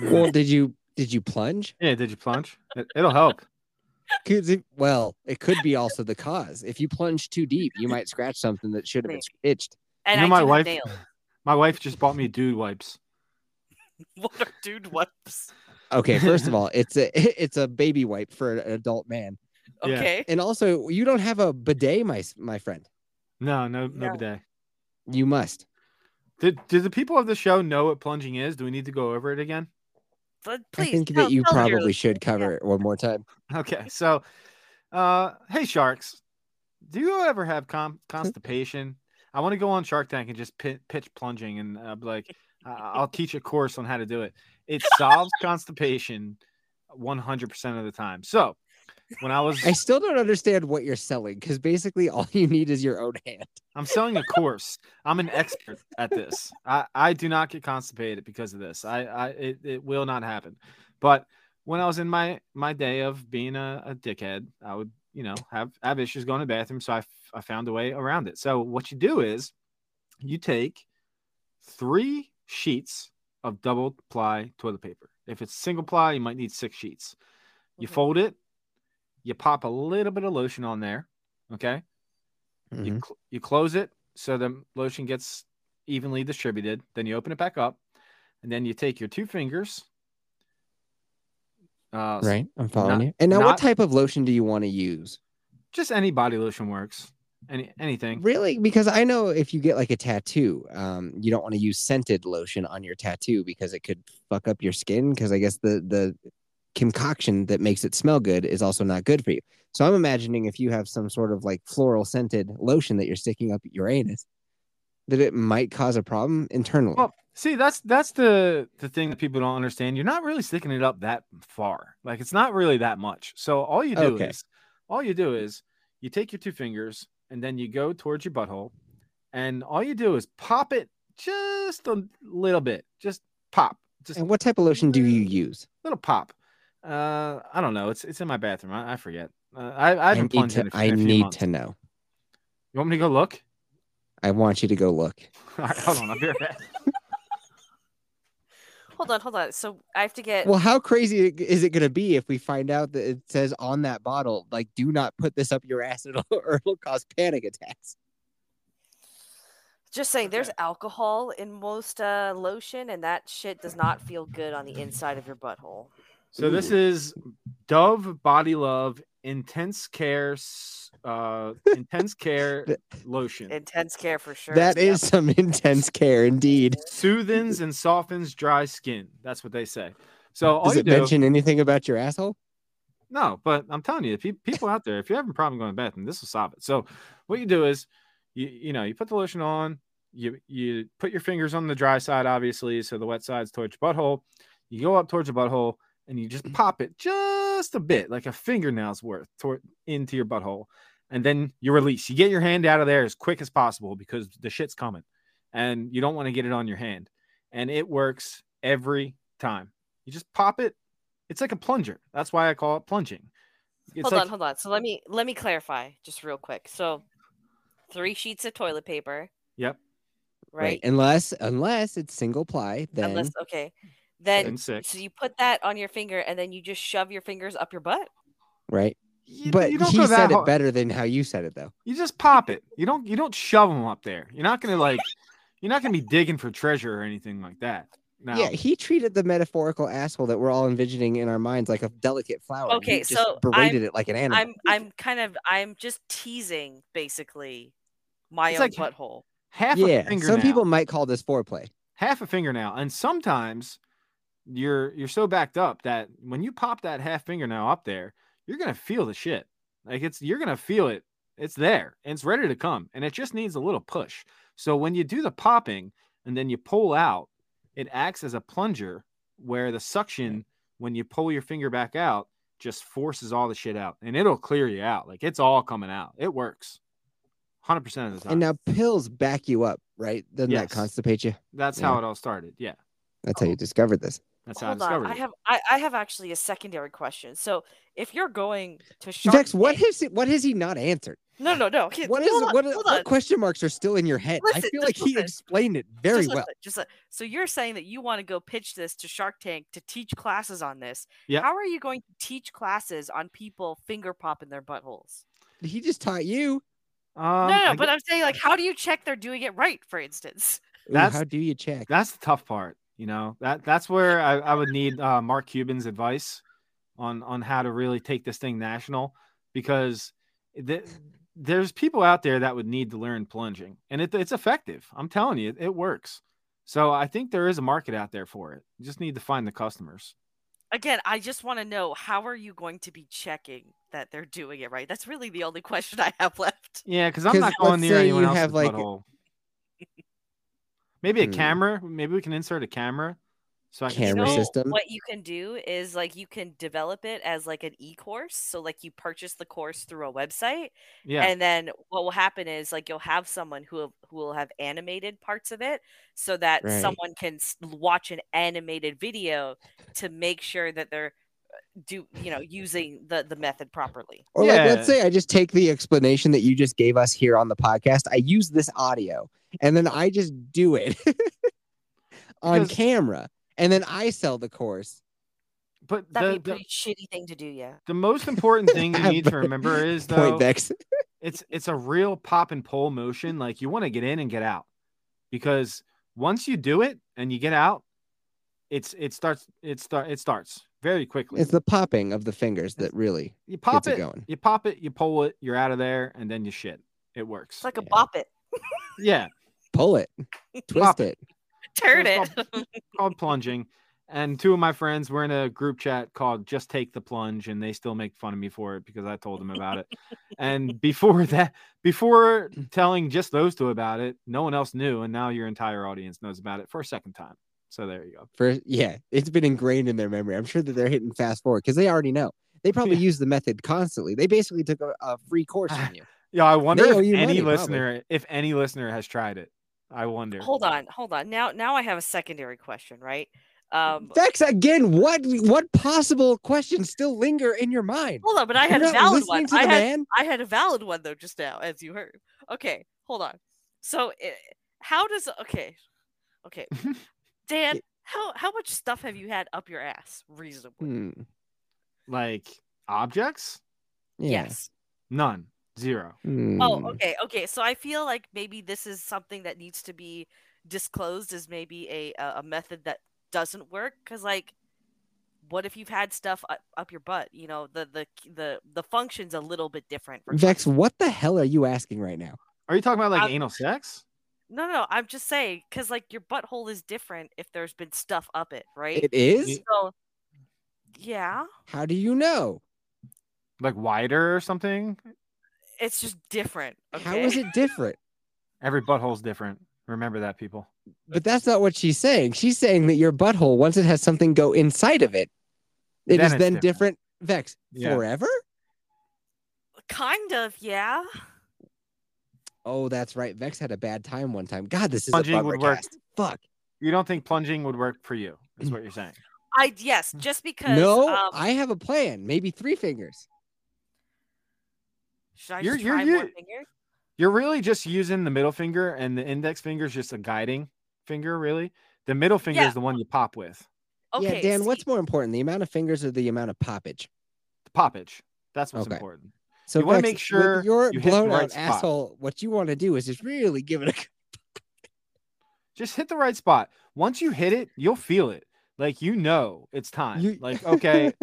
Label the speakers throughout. Speaker 1: Well, did you did you plunge?
Speaker 2: Yeah, did you plunge? It, will help.
Speaker 1: 'Cause it- well, it could be also the cause. If you plunge too deep, you might scratch something that should have been itched.
Speaker 3: And
Speaker 2: You know my
Speaker 3: I do have
Speaker 2: wife-
Speaker 3: nails.
Speaker 2: My wife just bought me dude wipes.
Speaker 3: What are dude wipes?
Speaker 1: Okay, first of all, it's a it's a baby wipe for an adult man,
Speaker 2: Yeah.
Speaker 3: Okay.
Speaker 1: and also you don't have a bidet, my s- my friend.
Speaker 2: No, no, no
Speaker 3: No.
Speaker 2: bidet.
Speaker 1: You must.
Speaker 2: Did do the people of the show know what plunging is? Do we need to go over it again?
Speaker 3: But please,
Speaker 1: I think
Speaker 3: tell-
Speaker 1: that you
Speaker 3: tell your
Speaker 1: probably
Speaker 3: listeners.
Speaker 1: should cover it one more time.
Speaker 2: Okay, so, uh, hey sharks, do you ever have con- constipation? I want to go on Shark Tank and just pit- pitch plunging, and uh, be like, I- I'll teach a course on how to do it. It solves constipation, one hundred percent of the time. So, when I was,
Speaker 1: I still don't understand what you're selling because basically all you need is your own hand.
Speaker 2: I'm selling a course. I'm an expert at this. I, I do not get constipated because of this. I, I it, it will not happen. But when I was in my my day of being a, a dickhead, I would you know have have issues going to the bathroom. So I f- I found a way around it. So what you do is you take three sheets of double ply toilet paper. If it's single ply, you might need six sheets. You
Speaker 3: Mhm.
Speaker 2: fold it. You pop a little bit of lotion on there. Okay
Speaker 1: Mm-hmm.
Speaker 2: you, cl- you close it so the lotion gets evenly distributed then you open it back up and then you take your two fingers uh s-
Speaker 1: Right, I'm following
Speaker 2: Not-
Speaker 1: you. And now, what
Speaker 2: not-
Speaker 1: type of lotion do you want to use?
Speaker 2: just any body lotion works any anything
Speaker 1: Really? Because I know if you get like a tattoo, um, you don't want to use scented lotion on your tattoo because it could fuck up your skin. Because I guess the the concoction that makes it smell good is also not good for you. So I'm imagining if you have some sort of like floral scented lotion that you're sticking up your anus, that it might cause a problem internally.
Speaker 2: well see that's that's the the thing that people don't understand you're not really sticking it up that far like it's not really that much so all you do
Speaker 1: Okay.
Speaker 2: is all you do is you take your two fingers and then you go towards your butthole and all you do is pop it just a little bit just pop just
Speaker 1: and what type of lotion do you use?
Speaker 2: little pop. Uh, I don't know. It's it's in my bathroom. I, I forget. Uh, I I haven't
Speaker 1: need
Speaker 2: plunged
Speaker 1: to.
Speaker 2: in. A, few-
Speaker 1: I
Speaker 2: in a few
Speaker 1: need
Speaker 2: months.
Speaker 1: to know.
Speaker 2: You want me to go look?
Speaker 1: I want you to go look.
Speaker 2: All right, hold on. I'll be right back.
Speaker 3: Hold on, hold on. So I have to get.
Speaker 1: Well, how crazy i- is it going to be if we find out that it says on that bottle, like, do not put this up your ass, it'll, or it'll cause panic attacks?
Speaker 3: just saying, there's alcohol in most uh, lotion, and that shit does not feel good on the inside of your butthole.
Speaker 2: So this is Dove Body Love Intense Care s- uh Intense Care
Speaker 1: Th-
Speaker 2: Lotion.
Speaker 3: Intense care for sure.
Speaker 1: That
Speaker 3: Yeah.
Speaker 1: is some intense care indeed.
Speaker 2: Soothes and softens dry skin. That's what they say. So all
Speaker 1: Does
Speaker 2: you
Speaker 1: it
Speaker 2: do
Speaker 1: mention anything about your asshole?
Speaker 2: No, but I'm telling you, pe- people out there, if you're having a problem going to the bathroom, this will solve it. So, what you do is, you you know, you put the lotion on, you you put your fingers on the dry side, obviously, so the wet side's towards your butthole. You go up towards your butthole and you just pop it just a bit, like a fingernail's worth, toward into your butthole, and then you release. You get your hand out of there as quick as possible because the shit's coming, and you don't want to get it on your hand. And it works every time. You just pop it it's like a plunger. That's why I call it plunging. It's
Speaker 3: hold
Speaker 2: like,
Speaker 3: on, hold on. So let me let me clarify just real quick. So three sheets of toilet paper,
Speaker 2: Yep.
Speaker 3: right?
Speaker 1: Unless, unless it's single ply, then
Speaker 3: Unless
Speaker 2: and
Speaker 3: okay, then
Speaker 2: six.
Speaker 3: so you put that on your finger, and then you just shove your fingers up your butt.
Speaker 1: right.
Speaker 2: You-
Speaker 1: but
Speaker 2: you don't
Speaker 1: he
Speaker 2: go
Speaker 1: said
Speaker 2: that
Speaker 1: it
Speaker 2: hard.
Speaker 1: better than how you said it, though.
Speaker 2: You just pop it. You don't you don't shove them up there. You're not gonna like you're not gonna be digging for treasure or anything like that. No.
Speaker 1: Yeah, he treated the metaphorical asshole that we're all envisioning in our minds like a delicate flower. and
Speaker 3: Okay,
Speaker 1: he just
Speaker 3: so I'm-
Speaker 1: berated it like an animal.
Speaker 3: I'm I'm kind of I'm just teasing basically my
Speaker 2: It's
Speaker 3: own
Speaker 2: like-
Speaker 3: butthole.
Speaker 2: half a
Speaker 1: yeah,
Speaker 2: fingernail.
Speaker 1: some people might call this foreplay.
Speaker 2: half a fingernail. And sometimes you're you're so backed up that when you pop that half fingernail up there, you're gonna feel the shit. Like it's you're gonna feel it. It's there and it's ready to come. And it just needs a little push. So when you do the popping and then you pull out, it acts as a plunger where the suction, when you pull your finger back out, just forces all the shit out and it'll clear you out. Like it's all coming out. It works 100% of the time.
Speaker 1: And now pills back you up, right? Doesn't
Speaker 2: Yes.
Speaker 1: that constipate you?
Speaker 2: That's
Speaker 1: Yeah.
Speaker 2: how it all started. Yeah.
Speaker 1: That's
Speaker 3: Oh.
Speaker 1: how you discovered this.
Speaker 2: That's how I
Speaker 3: Hold on,
Speaker 2: discovered
Speaker 3: I
Speaker 2: it.
Speaker 3: have I, I have actually a secondary question. So if you're going to Shark
Speaker 1: Dex, what
Speaker 3: Tank-
Speaker 1: has he, what has he not answered?
Speaker 3: No, no, no. Here,
Speaker 1: What is
Speaker 3: hold on,
Speaker 1: what,
Speaker 3: hold
Speaker 1: what
Speaker 3: on.
Speaker 1: question marks are still in your head? I
Speaker 3: Listen,
Speaker 1: feel
Speaker 3: just
Speaker 1: like he
Speaker 3: listen.
Speaker 1: explained it very
Speaker 3: Just
Speaker 1: well.
Speaker 3: listen, just li- so you're saying that you want to go pitch this to Shark Tank to teach classes on this.
Speaker 2: Yeah.
Speaker 3: How are you going to teach classes on people finger popping their buttholes?
Speaker 1: He just taught you.
Speaker 2: Um,
Speaker 3: no, no,
Speaker 2: I
Speaker 3: but
Speaker 2: gu-
Speaker 3: I'm saying like, how do you check they're doing it right? For instance,
Speaker 1: Ooh,
Speaker 2: That's-
Speaker 1: how do you check?
Speaker 2: that's the tough part. You know, that that's where I, I would need uh, Mark Cuban's advice on on how to really take this thing national because th- there's people out there that would need to learn plunging and it, it's effective. I'm telling you, it, it works. So I think there is a market out there for it. You just need to find the customers.
Speaker 3: again, I just want to know how are you going to be checking that they're doing it right? That's really the only question I have left.
Speaker 2: Yeah, because I'm
Speaker 1: 'Cause
Speaker 2: not
Speaker 1: let's
Speaker 2: going near
Speaker 1: say
Speaker 2: anyone
Speaker 1: you
Speaker 2: else's
Speaker 1: have, like-
Speaker 2: butthole. Maybe a
Speaker 1: Hmm.
Speaker 2: camera. Maybe we can insert a camera. So I can
Speaker 1: Camera
Speaker 2: see-
Speaker 3: know
Speaker 1: system?
Speaker 3: What you can do is like you can develop it as like an e-course. So like you purchase the course through a website,
Speaker 2: Yeah.
Speaker 3: and then what will happen is like you'll have someone who will- who will have animated parts of it, so that
Speaker 1: Right.
Speaker 3: someone can s- watch an animated video to make sure that they're uh, do you know using the the method properly.
Speaker 1: Or like, let's
Speaker 2: Yeah.
Speaker 1: say I just take the explanation that you just gave us here on the podcast. I use this audio, and then I just do it on
Speaker 2: Because-
Speaker 1: camera, and then I sell the course.
Speaker 2: but
Speaker 3: That'd
Speaker 2: the,
Speaker 3: be a
Speaker 2: the,
Speaker 3: pretty shitty thing to do, yeah.
Speaker 2: the most important thing you need to
Speaker 1: But-
Speaker 2: remember is though
Speaker 1: Point Dex.
Speaker 2: it's it's a real pop and pull motion. Like you want to get in and get out because once you do it and you get out, it's it starts it start it starts very quickly.
Speaker 1: It's the popping of the fingers that really
Speaker 2: you pop
Speaker 1: gets it
Speaker 2: it,
Speaker 1: going.
Speaker 2: you pop it, you pull it, you're out of there, and then you shit. It works.
Speaker 3: It's like a
Speaker 1: Yeah.
Speaker 3: bop it,
Speaker 2: yeah,
Speaker 1: Pull it, twist
Speaker 2: Pop
Speaker 1: it.
Speaker 3: turn it.
Speaker 2: It's Called, called plunging. And two of my friends were in a group chat called "Just Take the Plunge," and they still make fun of me for it because I told them about it. and before that, before telling just those two about it, no one else knew, and now your entire audience knows about it for a second time. So there you go.
Speaker 1: For yeah, it's been ingrained in their memory. I'm sure that they're hitting fast forward because they already know. They probably
Speaker 2: Yeah.
Speaker 1: use the method constantly. They basically took a, a free course from you.
Speaker 2: Yeah, I wonder
Speaker 1: They
Speaker 2: if
Speaker 1: owe you
Speaker 2: any
Speaker 1: money, probably.
Speaker 2: listener, if any listener has tried it. I wonder.
Speaker 3: hold on, hold on. Now, now I have a secondary question, right? Um,
Speaker 1: Dex, again, what what possible questions still linger in your mind?
Speaker 3: hold on, but I
Speaker 1: You're
Speaker 3: had a
Speaker 1: not
Speaker 3: valid
Speaker 1: listening
Speaker 3: one.
Speaker 1: to
Speaker 3: I
Speaker 1: the
Speaker 3: had,
Speaker 1: man?
Speaker 3: I had a valid one though just now, as you heard. Okay, hold on. So, i how does okay, okay, Dan? How how much stuff have you had up your ass reasonably?
Speaker 1: Hmm,
Speaker 2: Like objects?
Speaker 1: yeah.
Speaker 3: Yes.
Speaker 2: None. Zero.
Speaker 1: Hmm.
Speaker 3: Oh, okay, okay. So I feel like maybe this is something that needs to be disclosed as maybe a a a method that doesn't work because like what if you've had stuff up, up your butt you know the the the the function's a little bit different for
Speaker 1: Vex,
Speaker 3: some-
Speaker 1: what the hell are you asking right now?
Speaker 2: Are you talking about like
Speaker 3: Um,
Speaker 2: anal sex?
Speaker 3: no no i'm just saying because like your butthole is different if there's been stuff up it right
Speaker 1: It is.
Speaker 3: so yeah
Speaker 1: How do you know?
Speaker 2: Like wider or something?
Speaker 3: it's just different okay?
Speaker 1: How is it different?
Speaker 2: Every butthole's different. Remember that, people.
Speaker 1: But that's not what she's saying. She's saying that your butthole, once it has something go inside of it, it is
Speaker 2: Then
Speaker 1: then
Speaker 2: it's different.
Speaker 1: different. Vex,
Speaker 2: Yeah.
Speaker 1: forever?
Speaker 3: kind of yeah
Speaker 1: Oh, that's right. Vex had a bad time one time. God, this is a
Speaker 2: Plunging
Speaker 1: bummer
Speaker 2: would work.
Speaker 1: cast. Fuck.
Speaker 2: You don't think plunging would work for you? Is what you're saying?
Speaker 3: i yes just because
Speaker 1: No,
Speaker 3: um,
Speaker 1: I have a plan. Maybe three fingers.
Speaker 3: should i
Speaker 2: You're-
Speaker 3: just
Speaker 2: you're-
Speaker 3: try
Speaker 2: you're-
Speaker 3: one finger
Speaker 2: You're really just using the middle finger, and the index finger is just a guiding finger. Really, the middle finger
Speaker 3: Yeah.
Speaker 2: is the one you pop with.
Speaker 3: okay
Speaker 1: yeah, Dan,
Speaker 3: see,
Speaker 1: what's more important, the amount of fingers or the amount of poppage?
Speaker 2: The poppage. That's what's
Speaker 1: Okay.
Speaker 2: important.
Speaker 1: So
Speaker 2: You wanna
Speaker 1: Vex,
Speaker 2: make
Speaker 1: with
Speaker 2: sure
Speaker 1: your
Speaker 2: you hit the
Speaker 1: blown
Speaker 2: right
Speaker 1: out
Speaker 2: spot.
Speaker 1: asshole, what you want to do is just really give it a
Speaker 2: Just hit the right spot. Once you hit it, you'll feel it. Like you know it's time.
Speaker 1: You-
Speaker 2: Like okay,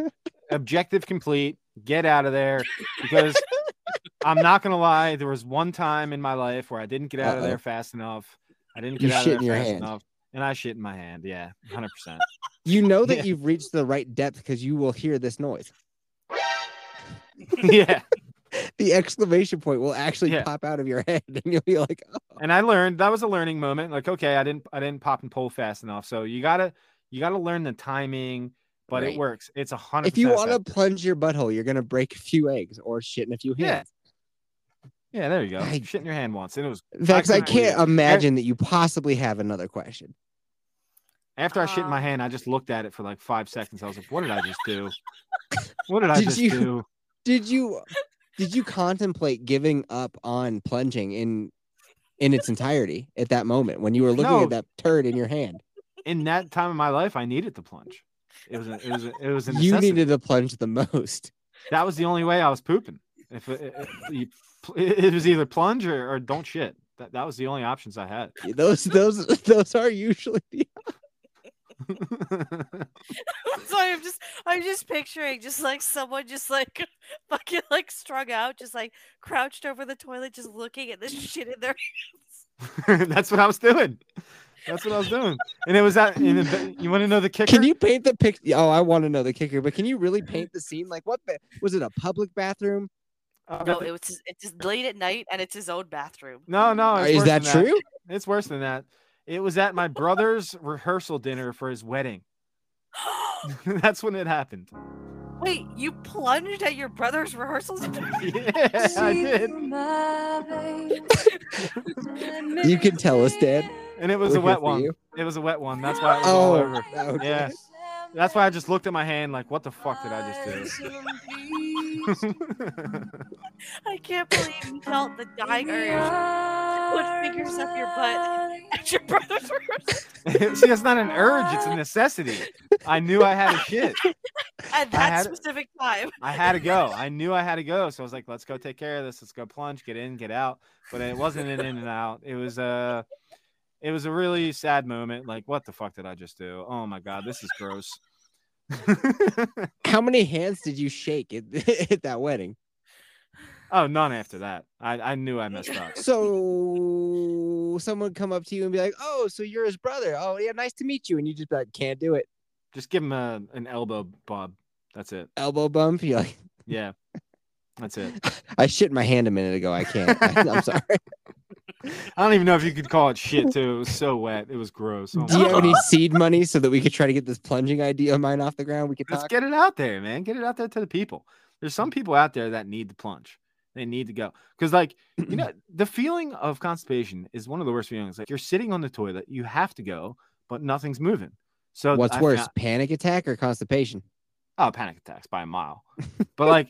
Speaker 2: objective complete. Get out of there because I'm not gonna lie. There was one time in my life where I didn't get out of
Speaker 1: Uh-oh.
Speaker 2: there fast enough. I didn't
Speaker 1: You
Speaker 2: get out
Speaker 1: shit
Speaker 2: of
Speaker 1: in
Speaker 2: there
Speaker 1: your
Speaker 2: fast
Speaker 1: hand.
Speaker 2: enough, and I shit in my hand. Yeah, hundred percent.
Speaker 1: You know that
Speaker 2: Yeah.
Speaker 1: you've reached the right depth because you will hear this noise.
Speaker 2: yeah.
Speaker 1: The exclamation point will actually
Speaker 2: Yeah.
Speaker 1: pop out of your head, and you'll be like, "Oh,
Speaker 2: And I learned that was a learning moment. Like, okay, I didn't I didn't pop and pull fast enough. So you gotta You got to learn the timing, but
Speaker 1: Right.
Speaker 2: it works. It's a hundred.
Speaker 1: If you
Speaker 2: percent
Speaker 1: want
Speaker 2: effective.
Speaker 1: to plunge your butthole, you're gonna break a few eggs or shit in a few
Speaker 2: Yeah.
Speaker 1: hands.
Speaker 2: yeah, there you go.
Speaker 1: I-
Speaker 2: Shit in your hand once, and it was
Speaker 1: Vex, I
Speaker 2: Exactly.
Speaker 1: can't imagine that you possibly have another question.
Speaker 2: after I shit in my
Speaker 1: Ah.
Speaker 3: Um,
Speaker 2: hand. I just looked at it for like five seconds. I was like, "What did I just do? What did I
Speaker 1: Did
Speaker 2: just
Speaker 1: you-
Speaker 2: do?"
Speaker 1: Did you did you contemplate giving up on plunging in in its entirety at that moment when you were looking
Speaker 2: No.
Speaker 1: at that turd in your hand?
Speaker 2: In that time of my life, I needed to plunge. It was a, it was a, it was a
Speaker 1: You
Speaker 2: necessity.
Speaker 1: needed to plunge the most.
Speaker 2: that was the only way I was pooping. If it, it, it- you, pl- it was either plunge or, or don't shit. That that was the only options I had.
Speaker 1: Those those those are usually the
Speaker 3: so I'm just I'm just picturing just like someone just like fucking like strung out, just like crouched over the toilet, just looking at this shit in their
Speaker 2: That's what I was doing. That's what I was doing. And it was that. And it, you want to know the kicker?
Speaker 1: Can you paint the pic? Oh, I want to know the kicker, but can you really paint the scene? Like, what ba- was it? A public bathroom?
Speaker 2: I've
Speaker 3: No,
Speaker 2: got the-
Speaker 3: it was just, it's just late at night and it's his own bathroom.
Speaker 2: no, no. Oh, it's
Speaker 1: Is
Speaker 2: worse
Speaker 1: that
Speaker 2: than
Speaker 1: true?
Speaker 2: It's worse than that. It was at my brother's rehearsal dinner for his wedding. That's when it happened.
Speaker 3: Wait, you plunged at your brother's rehearsals?
Speaker 2: Yeah, I did.
Speaker 1: You can tell us, Dad.
Speaker 2: And it was
Speaker 1: We're
Speaker 2: a
Speaker 1: here
Speaker 2: wet
Speaker 1: for
Speaker 2: one.
Speaker 1: you.
Speaker 2: It was a wet one. That's why it was all
Speaker 1: Oh,
Speaker 2: over.
Speaker 1: okay.
Speaker 2: Yeah. That's why I just looked at my hand like, what the fuck did I just do?
Speaker 3: I can't believe you felt the dying urge to put fingers up your butt at your brother's rehearsal.
Speaker 2: See, it's not an urge, it's a necessity. I knew I had a shit.
Speaker 3: At
Speaker 2: I
Speaker 3: that
Speaker 2: had-
Speaker 3: specific time.
Speaker 2: I had to go. I knew I had to go. So I was like, let's go take care of this. Let's go plunge, get in, get out. But it wasn't an in and out. It was a it was a really sad moment. Like, what the fuck did I just do? Oh my god, this is gross.
Speaker 1: How many hands did you shake at, at that wedding?
Speaker 2: oh, none after that. I, I knew I messed up.
Speaker 1: So someone come up to you and be like, "Oh, so you're his brother? Oh, yeah, nice to meet you." And you just be like, "Can't do it."
Speaker 2: Just give him a, an elbow bob. That's it.
Speaker 1: Elbow bump. You're like,
Speaker 2: Yeah. That's it.
Speaker 1: "I shit my hand a minute ago. I can't. I, am sorry."
Speaker 2: I don't even know if you could call it shit too. It was so wet. It was gross. Oh
Speaker 1: Do you
Speaker 2: my
Speaker 1: have any
Speaker 2: God.
Speaker 1: seed money so that we could try to get this plunging idea of mine off the ground? We could
Speaker 2: Let's
Speaker 1: talk.
Speaker 2: get it out there, man. Get it out there to the people. There's some people out there that need to plunge. They need to go. Because, like, you know, the feeling of constipation is one of the worst feelings. Like, you're sitting on the toilet, you have to go, but nothing's moving. So,
Speaker 1: What's
Speaker 2: I
Speaker 1: worse,
Speaker 2: found-
Speaker 1: panic attack or constipation?
Speaker 2: oh, panic attacks by a mile. But, like,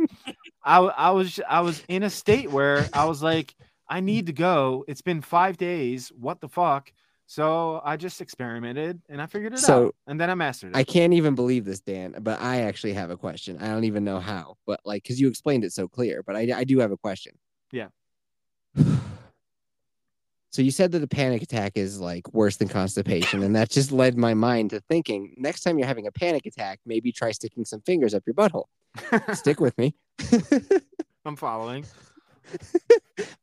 Speaker 2: I, w- I was I was in a state where I was like, I need to go. It's been five days. What the fuck? So I just experimented and I figured it
Speaker 1: So,
Speaker 2: out. And then I mastered it.
Speaker 1: I can't even believe this, Dan, but I actually have a question. I don't even know how, but like, because you explained it so clear, but I, I do have a question.
Speaker 2: Yeah.
Speaker 1: So you said that a panic attack is like worse than constipation, and that just led my mind to thinking next time you're having a panic attack, maybe try sticking some fingers up your butthole. Stick with me.
Speaker 2: I'm following.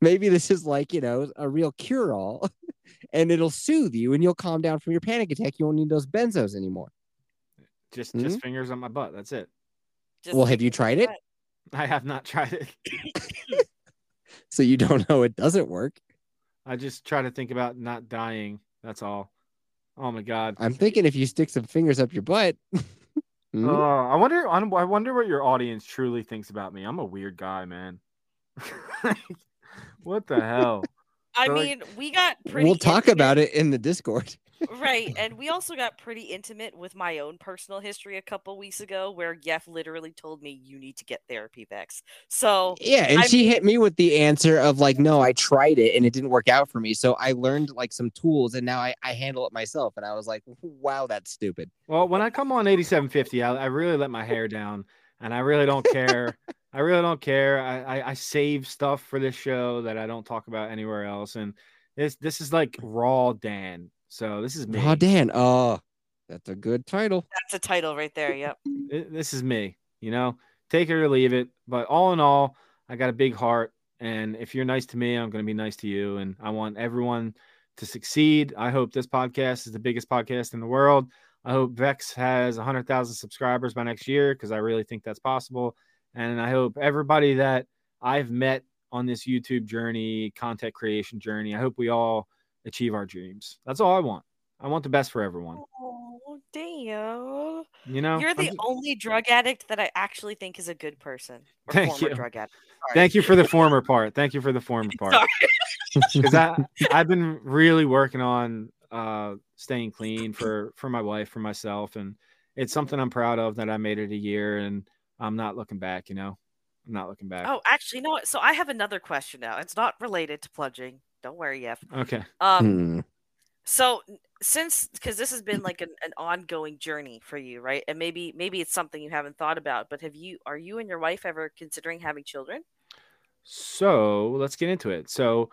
Speaker 1: maybe this is like, you know, a real cure all, and it'll soothe you and you'll calm down from your panic attack. You won't need those benzos anymore.
Speaker 2: Just
Speaker 1: Hmm?
Speaker 2: just fingers on my butt. That's it.
Speaker 3: Just
Speaker 1: well, have you tried it?
Speaker 2: I have not tried it.
Speaker 1: So you don't know it doesn't work.
Speaker 2: I just try to think about not dying. That's all. Oh my god.
Speaker 1: I'm thinking if you stick some fingers up your butt.
Speaker 2: Oh,
Speaker 1: Hmm?
Speaker 2: I wonder. I'm- I wonder what your audience truly thinks about me. I'm a weird guy, man. what the hell?
Speaker 3: I
Speaker 2: So, like,
Speaker 3: mean, we got pretty
Speaker 1: we'll talk
Speaker 3: intimate-
Speaker 1: about it in the Discord.
Speaker 3: Right. And we also got pretty intimate with my own personal history a couple weeks ago where Jeff literally told me you need to get therapy Vex. So
Speaker 1: Yeah, and
Speaker 3: I
Speaker 1: she
Speaker 3: mean-
Speaker 1: hit me with the answer of like, no, I tried it and it didn't work out for me. So I learned like some tools and now I, I handle it myself. And I was like, wow, that's stupid.
Speaker 2: Well, when I come on 8750, I, I really let my hair down, and I really don't care. I really don't care. I, I I save stuff for this show that I don't talk about anywhere else, and this this is like raw Dan. So this is me.
Speaker 1: Oh, Dan. Oh, that's a good title.
Speaker 3: that's a title right there. Yep.
Speaker 2: it- this is me, you know, take it or leave it. But all in all, I got a big heart. And if you're nice to me, I'm going to be nice to you. And I want everyone to succeed. I hope this podcast is the biggest podcast in the world. I hope Vex has 100,000 subscribers by next year because I really think that's possible. And I hope everybody that I've met on this YouTube journey, content creation journey, I hope we all achieve our dreams. That's all I want. I want the best for everyone.
Speaker 3: Oh, damn.
Speaker 2: You know,
Speaker 3: You're
Speaker 2: I'm
Speaker 3: the
Speaker 2: just-
Speaker 3: only drug addict that I actually think is a good person. Or
Speaker 2: Thank
Speaker 3: former
Speaker 2: you.
Speaker 3: drug addict.
Speaker 2: thank you for the former part. Thank you for the former part.
Speaker 3: Sorry.
Speaker 2: because I I've been really working on uh staying clean for for my wife for myself and it's something I'm proud of that I made it a year and I'm not looking back you know I'm not looking back
Speaker 3: Oh, actually, you know what? So I have another question now. It's not related to plunging. Don't worry, Yef.
Speaker 2: okay
Speaker 3: Um,
Speaker 1: Hmm.
Speaker 3: so n- since because this has been like an, an ongoing journey for you, right? And maybe maybe it's something you haven't thought about, but have you are you and your wife ever considering having children?
Speaker 2: so let's get into it so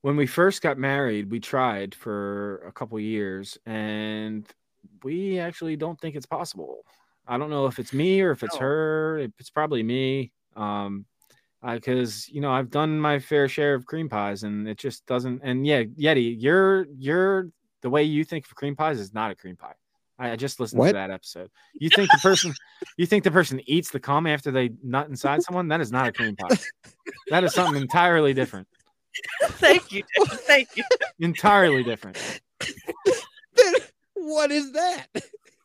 Speaker 2: when we first got married we tried for a couple years and we actually don't think it's possible I don't know if it's me or if it's
Speaker 3: Oh.
Speaker 2: her it's probably me um because you know I've done my fair share of cream pies, and it just doesn't. And yeah, Yeti, you're you're the way you think of cream pies is not a cream pie. I I just listened
Speaker 1: What?
Speaker 2: to that episode. You think the person you think the person eats the cum after they nut inside someone? That is not a cream pie. That is something entirely different.
Speaker 3: Thank you. dude. Thank you.
Speaker 2: Entirely different.
Speaker 1: Then what is that?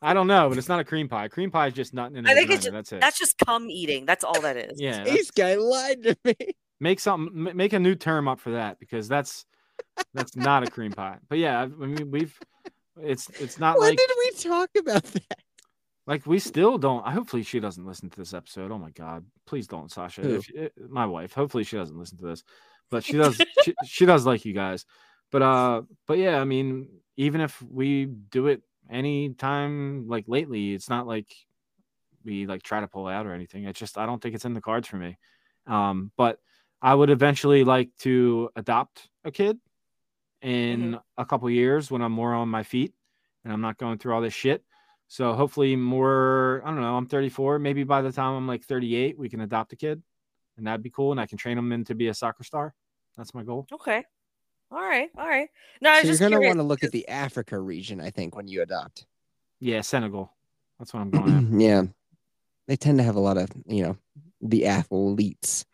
Speaker 2: I don't know, but it's not a cream pie. Cream pie is just nutting in
Speaker 3: I
Speaker 2: a
Speaker 3: think it's
Speaker 2: vagina. That's it.
Speaker 3: That's just cum eating. That's all that is.
Speaker 2: yeah. that's-
Speaker 1: This guy lied to me.
Speaker 2: make something m- make a new term up for that because that's that's not a cream pie but yeah I've- i mean we've it's it's not
Speaker 1: When
Speaker 2: like
Speaker 1: did we talk about that?
Speaker 2: like we still don't I- hopefully she doesn't listen to this episode oh my god please don't sasha
Speaker 1: Who?
Speaker 2: if, eh, my wife hopefully she doesn't listen to this but she does she, she does like you guys but uh but yeah i mean even if we do it any time like lately it's not like we like try to pull out or anything it's just i don't think it's in the cards for me um but i would eventually like to adopt a kid in a couple years when i'm more on my feet and i'm not going through all this shit so hopefully more i don't know i'm 34 maybe by the time i'm like 38 we can adopt a kid and that'd be cool and i can train them in to be a soccer star that's my goal
Speaker 3: Okay. All right. All right. No, I was
Speaker 1: So you're
Speaker 3: just
Speaker 1: gonna
Speaker 3: curious.
Speaker 1: want to look at the Africa region, I think, when you adopt.
Speaker 2: yeah senegal that's what i'm going at
Speaker 1: yeah, they tend to have a lot of you know the athletes.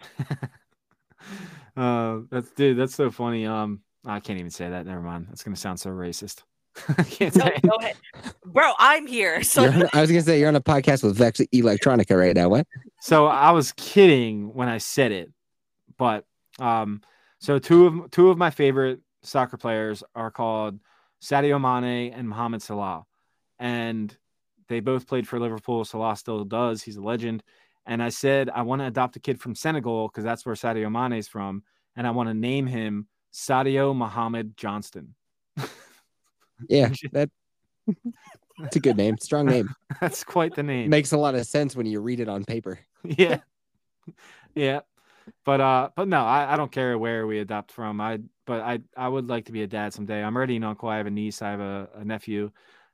Speaker 2: uh that's dude that's so funny um i can't even say that never mind that's gonna sound so racist I can't
Speaker 3: No,
Speaker 2: say it.
Speaker 3: go ahead. Bro, I'm here. So
Speaker 1: You're on- I was gonna say you're on a podcast with Vex Electronica right now. What?
Speaker 2: so i was kidding when i said it but um so two of two of my favorite soccer players are called sadio mane and mohamed salah and they both played for liverpool salah still does he's a legend and i said i want to adopt a kid from senegal because that's where sadio mane's from and i want to name him sadio mohammed johnston
Speaker 1: Yeah, that. It's a good name, strong name.
Speaker 2: that's quite the name
Speaker 1: Makes a lot of sense when you read it on paper.
Speaker 2: yeah yeah but uh but no I, I don't care where we adopt from i but i i would like to be a dad someday i'm already an uncle i have a niece i have a, a nephew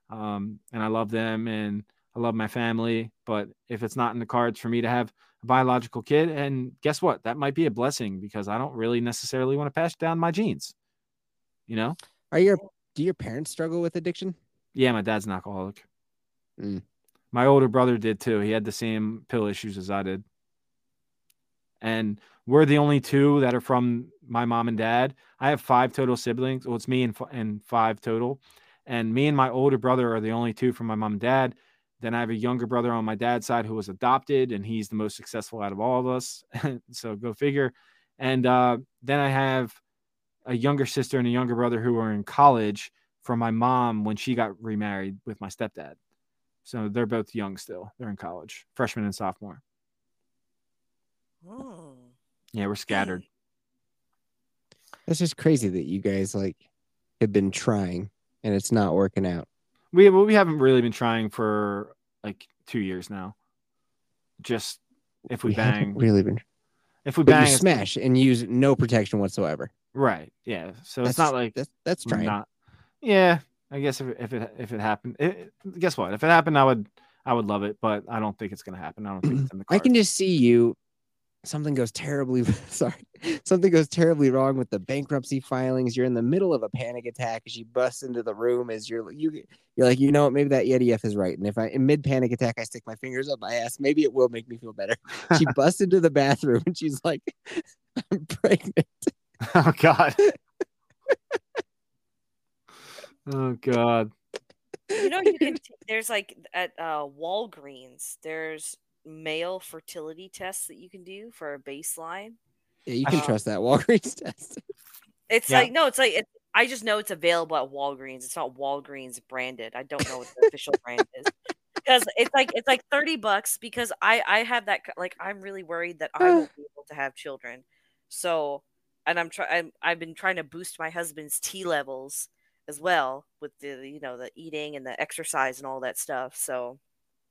Speaker 2: um and i love them and i love my family but if it's not in the cards for me to have a biological kid and guess what that might be a blessing because i don't really necessarily want to pass down my genes you know
Speaker 1: Are your do your parents struggle with addiction?
Speaker 2: yeah my dad's an alcoholic
Speaker 1: Mm.
Speaker 2: my older brother did too he had the same pill issues as i did and we're the only two that are from my mom and dad. I have five total siblings. Well, it's me and f- and five total, and me and my older brother are the only two from my mom and dad. Then I have a younger brother on my dad's side who was adopted, and he's the most successful out of all of us. so go figure. And uh, then I have a younger sister and a younger brother who were in college from my mom when she got remarried with my stepdad. So they're both young still. They're in college, freshman and sophomore.
Speaker 3: Hmm.
Speaker 2: Yeah, we're scattered.
Speaker 1: That's just crazy that you guys like have been trying and it's not working out.
Speaker 2: we well, we haven't really been trying for like two years now. Just if we, bang,
Speaker 1: haven't really been.
Speaker 2: if we
Speaker 1: but
Speaker 2: bang,
Speaker 1: you
Speaker 2: it's-
Speaker 1: smash and use no protection whatsoever.
Speaker 2: right? Yeah, so
Speaker 1: that's
Speaker 2: it's not like
Speaker 1: that's, that's
Speaker 2: we're
Speaker 1: trying.
Speaker 2: not. Yeah, I guess if, if it if it happened, it, it- guess what? If it happened, I would I would love it, but I don't think it's gonna happen. I don't think it's in the
Speaker 1: I
Speaker 2: cards.
Speaker 1: can just see you. Something goes terribly. Sorry, something goes terribly wrong with the bankruptcy filings. You're in the middle of a panic attack as you bust into the room. As you're you, you're like, you know what? Maybe that Yeti F is right. And if I in mid panic attack, I stick my fingers up my ass. Maybe it will make me feel better. She busts into the bathroom and she's like, I'm pregnant.
Speaker 2: oh god. oh god.
Speaker 3: You know, you can. T- there's like at uh, Walgreens, there's male fertility tests that you can do for a baseline.
Speaker 1: Yeah, you can
Speaker 3: Uh,
Speaker 1: trust that Walgreens test.
Speaker 3: It's
Speaker 2: Yeah.
Speaker 3: like no, it's like it, I just know it's available at Walgreens. It's not Walgreens branded. I don't know what the official brand is because it's like it's like thirty bucks because I I have that c- like I'm really worried that I
Speaker 1: Uh.
Speaker 3: won't be able to have children. So and I'm trying I've been trying to boost my husband's T levels as well with the you know the eating and the exercise and all that stuff. So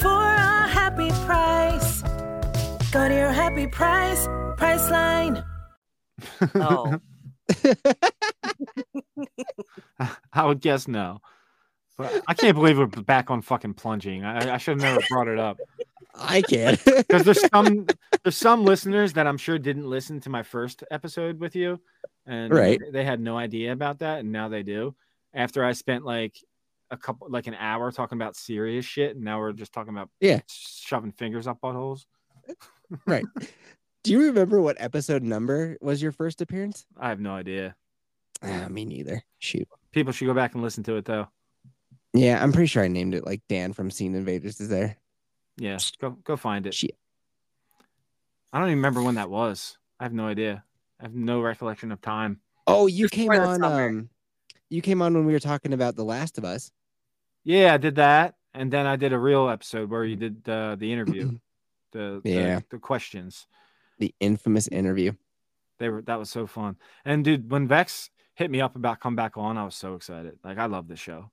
Speaker 4: for a happy price. Go to your happy price, Priceline.
Speaker 3: Oh,
Speaker 2: I would guess no. But I can't believe we're back on fucking plunging. I, I should have never brought it up
Speaker 1: I can.
Speaker 2: because there's some there's some listeners that I'm sure didn't listen to my first episode with you, and
Speaker 1: Right.
Speaker 2: they had no idea about that, and now they do. After I spent like a couple like an hour talking about serious shit, and now we're just talking about
Speaker 1: Yeah.
Speaker 2: shoving fingers up buttholes.
Speaker 1: Do you remember what episode number was your first appearance?
Speaker 2: I have no idea.
Speaker 1: Ah, me neither. Shoot.
Speaker 2: People should go back and listen to it though.
Speaker 1: Yeah, I'm pretty sure I named it like Dan from Scene Invaders is there.
Speaker 2: Yeah, go go find it.
Speaker 1: Shit.
Speaker 2: I don't even remember when that was. I have no idea. I have no recollection of time.
Speaker 1: Oh, you came
Speaker 3: Before the
Speaker 1: on
Speaker 3: summer.
Speaker 1: um you came on when we were talking about The Last of Us.
Speaker 2: Yeah, I did that, and then I did a real episode where you did uh, the interview, the, the-
Speaker 1: Yeah.
Speaker 2: the questions.
Speaker 1: The infamous interview.
Speaker 2: They were that was so fun. And dude, when Vex hit me up about come back on, I was so excited. Like I love this show,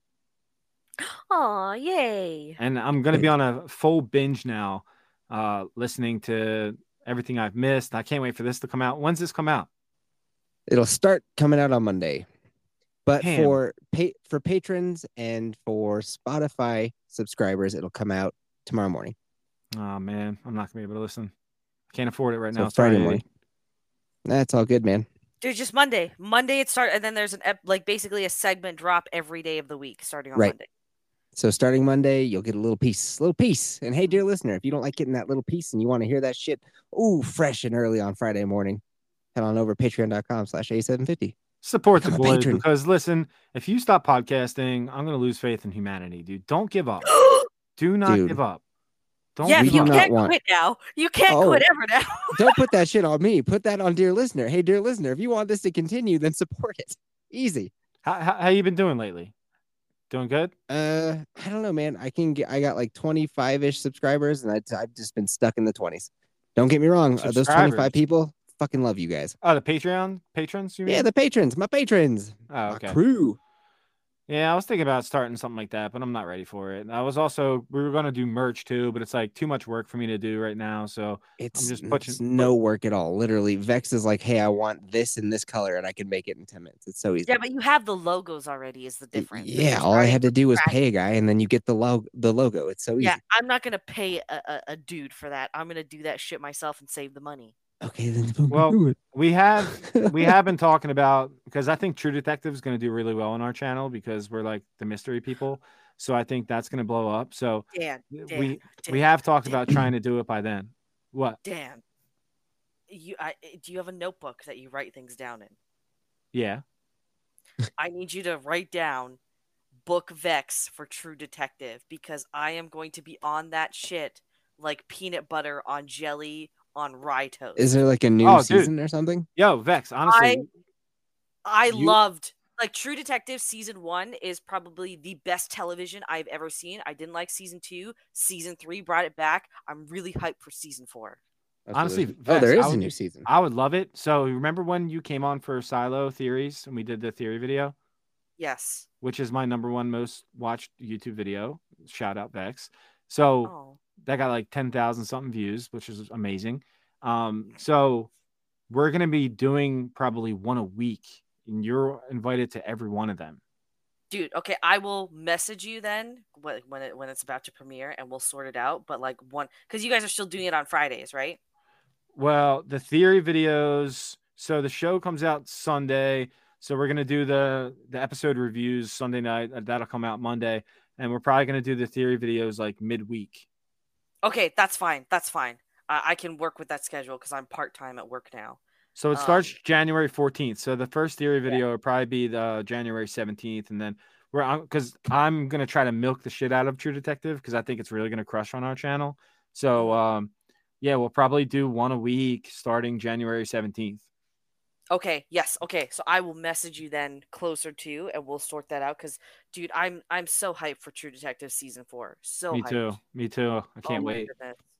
Speaker 3: Aw, yay!
Speaker 2: and I'm gonna be on a full binge now, uh, listening to everything I've missed. I can't wait for this to come out. When's this come out?
Speaker 1: It'll start coming out on Monday. But
Speaker 2: Damn.
Speaker 1: for pa- for patrons and for Spotify subscribers, it'll come out tomorrow morning.
Speaker 2: Oh man, I'm not gonna be able to listen. Can't afford it right
Speaker 1: So
Speaker 2: now.
Speaker 1: Friday
Speaker 2: Sorry,
Speaker 1: morning.
Speaker 2: Eddie.
Speaker 1: That's all good, man.
Speaker 3: Dude, just Monday. Monday it start, and then there's an ep- like basically a segment drop every day of the week starting on
Speaker 1: Right.
Speaker 3: Monday.
Speaker 1: So starting Monday, you'll get a little piece, little piece. And hey, dear listener, if you don't like getting that little piece and you want to hear that shit, ooh, fresh and early on Friday morning, head on over to patreon.com slash A750.
Speaker 2: Support the
Speaker 1: Become a
Speaker 2: boys
Speaker 1: patron.
Speaker 2: because listen, if you stop podcasting, I'm gonna lose faith in humanity, dude. Don't give up. Do not
Speaker 1: Dude.
Speaker 2: give up. Don't
Speaker 3: yeah,
Speaker 1: we
Speaker 2: give
Speaker 3: you
Speaker 2: up.
Speaker 1: do not
Speaker 3: can't
Speaker 1: want-
Speaker 3: quit now. You can't quit
Speaker 1: Oh.
Speaker 3: ever now.
Speaker 1: Don't put that shit on me. Put that on dear listener. Hey, dear listener, if you want this to continue, then support it. Easy.
Speaker 2: How, how, how you been doing lately? Doing good?
Speaker 1: Uh, I don't know, man. I can get, I got like 25 ish subscribers and I, I've just been stuck in the 20s. Don't get me wrong. uh, Those 25
Speaker 2: Subscribers.
Speaker 1: people fucking love you guys.
Speaker 2: Oh, the Patreon patrons? You mean?
Speaker 1: Yeah, the patrons, my patrons,
Speaker 2: oh,
Speaker 1: my
Speaker 2: okay.
Speaker 1: crew.
Speaker 2: Yeah, I was thinking about starting something like that, but I'm not ready for it. And I was also we were gonna do merch too, but it's like too much work for me to do right now. So
Speaker 1: It's,
Speaker 2: just
Speaker 1: n-
Speaker 2: putting-
Speaker 1: it's no work at all. Literally, Vex is like, "Hey, I want this in this color, and I can make it in ten minutes. It's so easy."
Speaker 3: Yeah, but you have the logos already. Is the
Speaker 1: Y-
Speaker 3: difference? Like,
Speaker 1: yeah,
Speaker 3: you're
Speaker 1: all I
Speaker 3: starting
Speaker 1: had to
Speaker 3: from
Speaker 1: do was
Speaker 3: scratch.
Speaker 1: pay a guy, and then you get the logo. The logo. It's so easy.
Speaker 3: Yeah, I'm not gonna pay a, a, a dude for that. I'm gonna do that shit myself and save the money.
Speaker 1: Okay, then boom,
Speaker 2: Well,
Speaker 1: do it.
Speaker 2: we have we have been talking about because I think True Detective is going to do really well on our channel because we're like the mystery people. So I think that's going to blow up. So
Speaker 3: Dan, Dan,
Speaker 2: we
Speaker 3: Dan,
Speaker 2: we have talked
Speaker 3: Dan,
Speaker 2: about trying to do it by then. What?
Speaker 3: Dan, you, I, eh, do you have a notebook that you write things down in?
Speaker 2: Yeah.
Speaker 3: I need you to write down book Vex for True Detective because I am going to be on that shit like peanut butter on jelly on rye toast.
Speaker 1: Is there like a new
Speaker 2: Oh, dude.
Speaker 1: season or something?
Speaker 2: Yo, Vex. Honestly,
Speaker 3: I
Speaker 2: You-
Speaker 3: loved like True Detective season one is probably the best television I've ever seen. I didn't like season two. Season three brought it back. I'm really hyped for season four.
Speaker 2: Honestly,
Speaker 1: Absolutely. oh,
Speaker 2: Vex,
Speaker 1: there
Speaker 2: I
Speaker 1: is a
Speaker 2: would-
Speaker 1: new season.
Speaker 2: I would love it. So remember when you came on for Silo Theories and we did the theory video?
Speaker 3: Yes.
Speaker 2: which is my number one most watched YouTube video. Shout out Vex. So
Speaker 3: Oh.
Speaker 2: that got like 10,000 something views, which is amazing. Um, so we're going to be doing probably one a week, and you're invited to every one of them.
Speaker 3: Dude, okay, I will message you then when when, it, when it's about to premiere, and we'll sort it out. But like one, because you guys are still doing it on Fridays, right?
Speaker 2: Well, the theory videos. So the show comes out Sunday. So we're gonna do the the episode reviews Sunday night. uh, That'll come out Monday, and we're probably gonna do the theory videos like midweek.
Speaker 3: Okay, that's fine. That's fine. I, I can work with that schedule because I'm part time at work now.
Speaker 2: So it
Speaker 3: Um,
Speaker 2: starts January 14th. So the first theory video will probably be the January 17th, and then we're because I'm gonna try to milk the shit out of True Detective because I think it's really gonna crush on our channel. So
Speaker 3: Mm-hmm.
Speaker 2: um, yeah, we'll probably do one a week starting January 17th.
Speaker 3: Okay, yes. Okay, so I will message you then closer to, and we'll sort that out. Because, dude, I'm I'm so hyped for True Detective season four. So
Speaker 2: Me
Speaker 3: hyped.
Speaker 2: too. Me too. I
Speaker 3: Oh
Speaker 2: can't
Speaker 3: my
Speaker 2: wait.
Speaker 3: goodness.